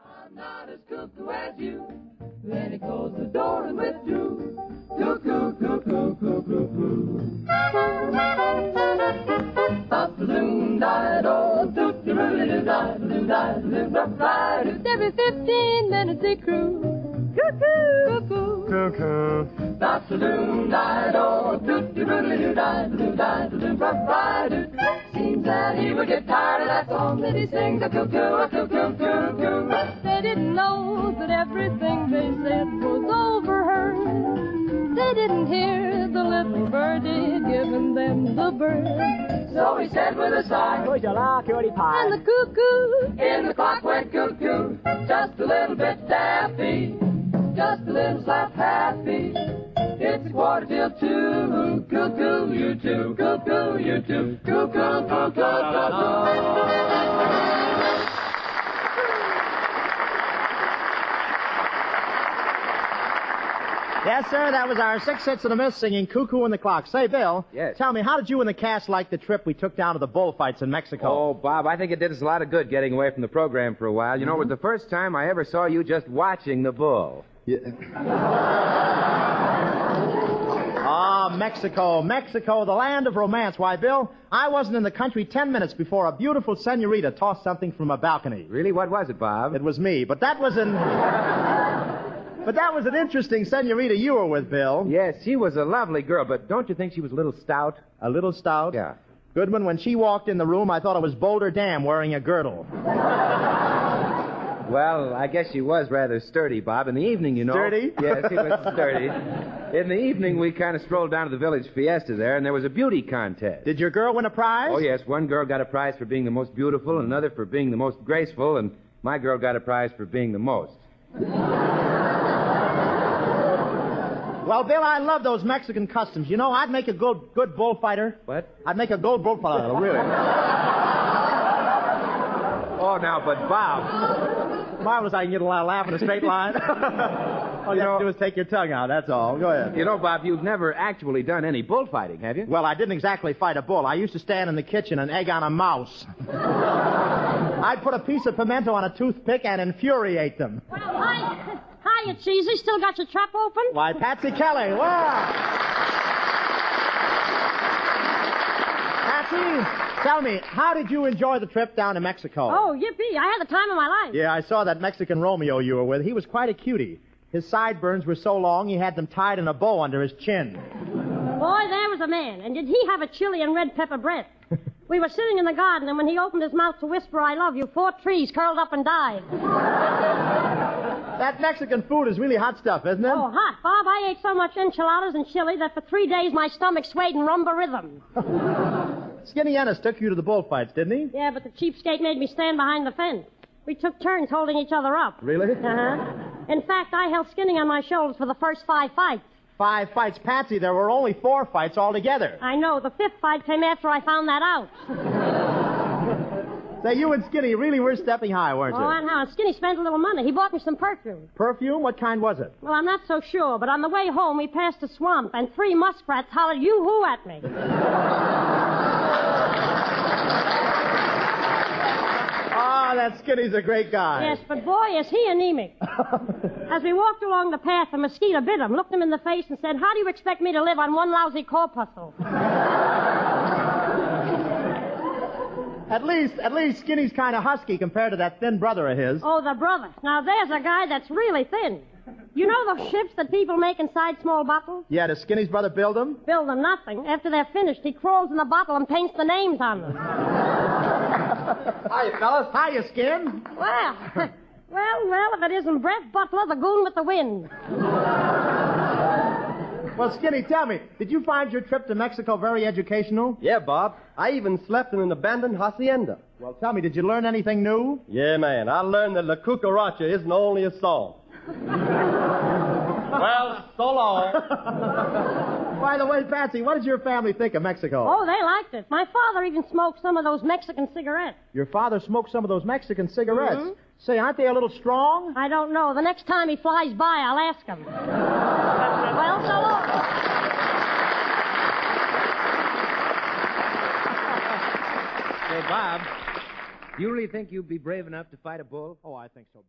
I'm not as cuckoo as you. Then he closed the door and withdrew. Cuckoo, cuckoo, cuckoo, cuckoo. Up the loon died, oh, toot the roo doo dah doo dah doo rough riders. Every fifteen minutes they crew. Cuckoo, cuckoo. Cuckoo. Up the loon died, oh, toot the roo doo dah doo dah doo rough riders. Seems that he would get tired of that song that he sings, a cuckoo, a cuckoo, cuckoo. They didn't know that everything they said was overheard. They didn't hear the little birdie giving them the bird. So he said with a sigh, Who's your lark, cutie pie? And the cuckoo, In the clock went cuckoo, just a little bit daffy, just a little slap happy. It's quarter till two, cuckoo you two, cuckoo you two, cuckoo, cuckoo, cuckoo. Yes, sir, that was our six hits and a miss singing Cuckoo and the Clock. Say, Bill. Yes. Tell me, how did you and the cast like the trip we took down to the bullfights in Mexico? Oh, Bob, I think it did us a lot of good getting away from the program for a while. You know, it Mm-hmm. was the first time I ever saw you just watching the bull. Ah, Mexico, Mexico, the land of romance. Why, Bill, I wasn't in the country ten minutes before a beautiful senorita tossed something from a balcony. Really? What was it, Bob? It was me, but that was an... but that was an interesting senorita you were with, Bill. Yes, she was a lovely girl, but don't you think she was a little stout? A little stout. Yeah. Goodman, when she walked in the room, I thought it was Boulder Dam wearing a girdle. Well, I guess she was rather sturdy, Bob. In the evening, you know. Sturdy? Yes, she was sturdy. In the evening, we kind of strolled down to the village fiesta there, and there was a beauty contest. Did your girl win a prize? Oh, yes, one girl got a prize for being the most beautiful, and another for being the most graceful, and my girl got a prize for being the most. Well, Bill, I love those Mexican customs. You know, I'd make a good, good bullfighter. What? I'd make a gold bullfighter, really. Oh, now, but Bob. Marvelous, I can get a lot of laugh in a straight line. all you, You have know- to do is take your tongue out, that's all. Go ahead. You know, Bob, you've never actually done any bullfighting, have you? Well, I didn't exactly fight a bull. I used to stand in the kitchen and egg on a mouse. I'd put a piece of pimento on a toothpick and infuriate them. Hi, hiya, Cheesy. Still got your trap open? Why, Patsy Kelly, wow! Patsy, tell me, how did you enjoy the trip down to Mexico? Oh, yippee! I had the time of my life. Yeah, I saw that Mexican Romeo you were with. He was quite a cutie. His sideburns were so long he had them tied in a bow under his chin. Boy, there was a man, and did he have a chili and red pepper breath? we were sitting in the garden, and when he opened his mouth to whisper "I love you," four trees curled up and died. That Mexican food is really hot stuff, isn't it? Oh, hot, Bob! I ate so much enchiladas and chili that for three days my stomach swayed in rumba rhythm. Skinny Ennis took you to the bullfights, didn't he? Yeah, but the cheapskate made me stand behind the fence. We took turns holding each other up. Really? Uh-huh. In fact, I held Skinning on my shoulders for the first five fights. Five fights, Patsy. There were only four fights altogether. I know, the fifth fight came after I found that out. Say, you and Skinny really were stepping high, weren't Oh, you? and how Skinny spent a little money. He bought me some perfume. Perfume? What kind was it? Well, I'm not so sure, but on the way home, we passed a swamp, and three muskrats hollered yoo-hoo at me. Ah, that Skinny's a great guy. Yes, but boy, is he anemic. As we walked along the path, a mosquito bit him, looked him in the face, and said, How do you expect me to live on one lousy corpuscle? At least, at least Skinny's kind of husky compared to that thin brother of his. Oh, the brother. Now, there's a guy that's really thin. You know those ships that people make inside small bottles? Yeah, does Skinny's brother build him? Build them nothing. After they're finished, he crawls in the bottle and paints the names on them. Hiya, fellas. Hiya, Skin. Well, well, well, if it isn't Brett Butler, the goon with the wind. Well, Skinny, tell me, did you find your trip to Mexico very educational? Yeah, Bob. I even slept in an abandoned hacienda. Well, tell me, did you learn anything new? Yeah, man. I learned that La Cucaracha isn't only a song. well, so long. By the way, Patsy, what does your family think of Mexico? Oh, they liked it. My father even smoked some of those Mexican cigarettes. Your father smoked some of those Mexican cigarettes. Mm-hmm. Say, aren't they a little strong? I don't know. The next time he flies by, I'll ask him. well, so long. Hey, Bob, do you really think you'd be brave enough to fight a bull? Oh, I think so, Bill.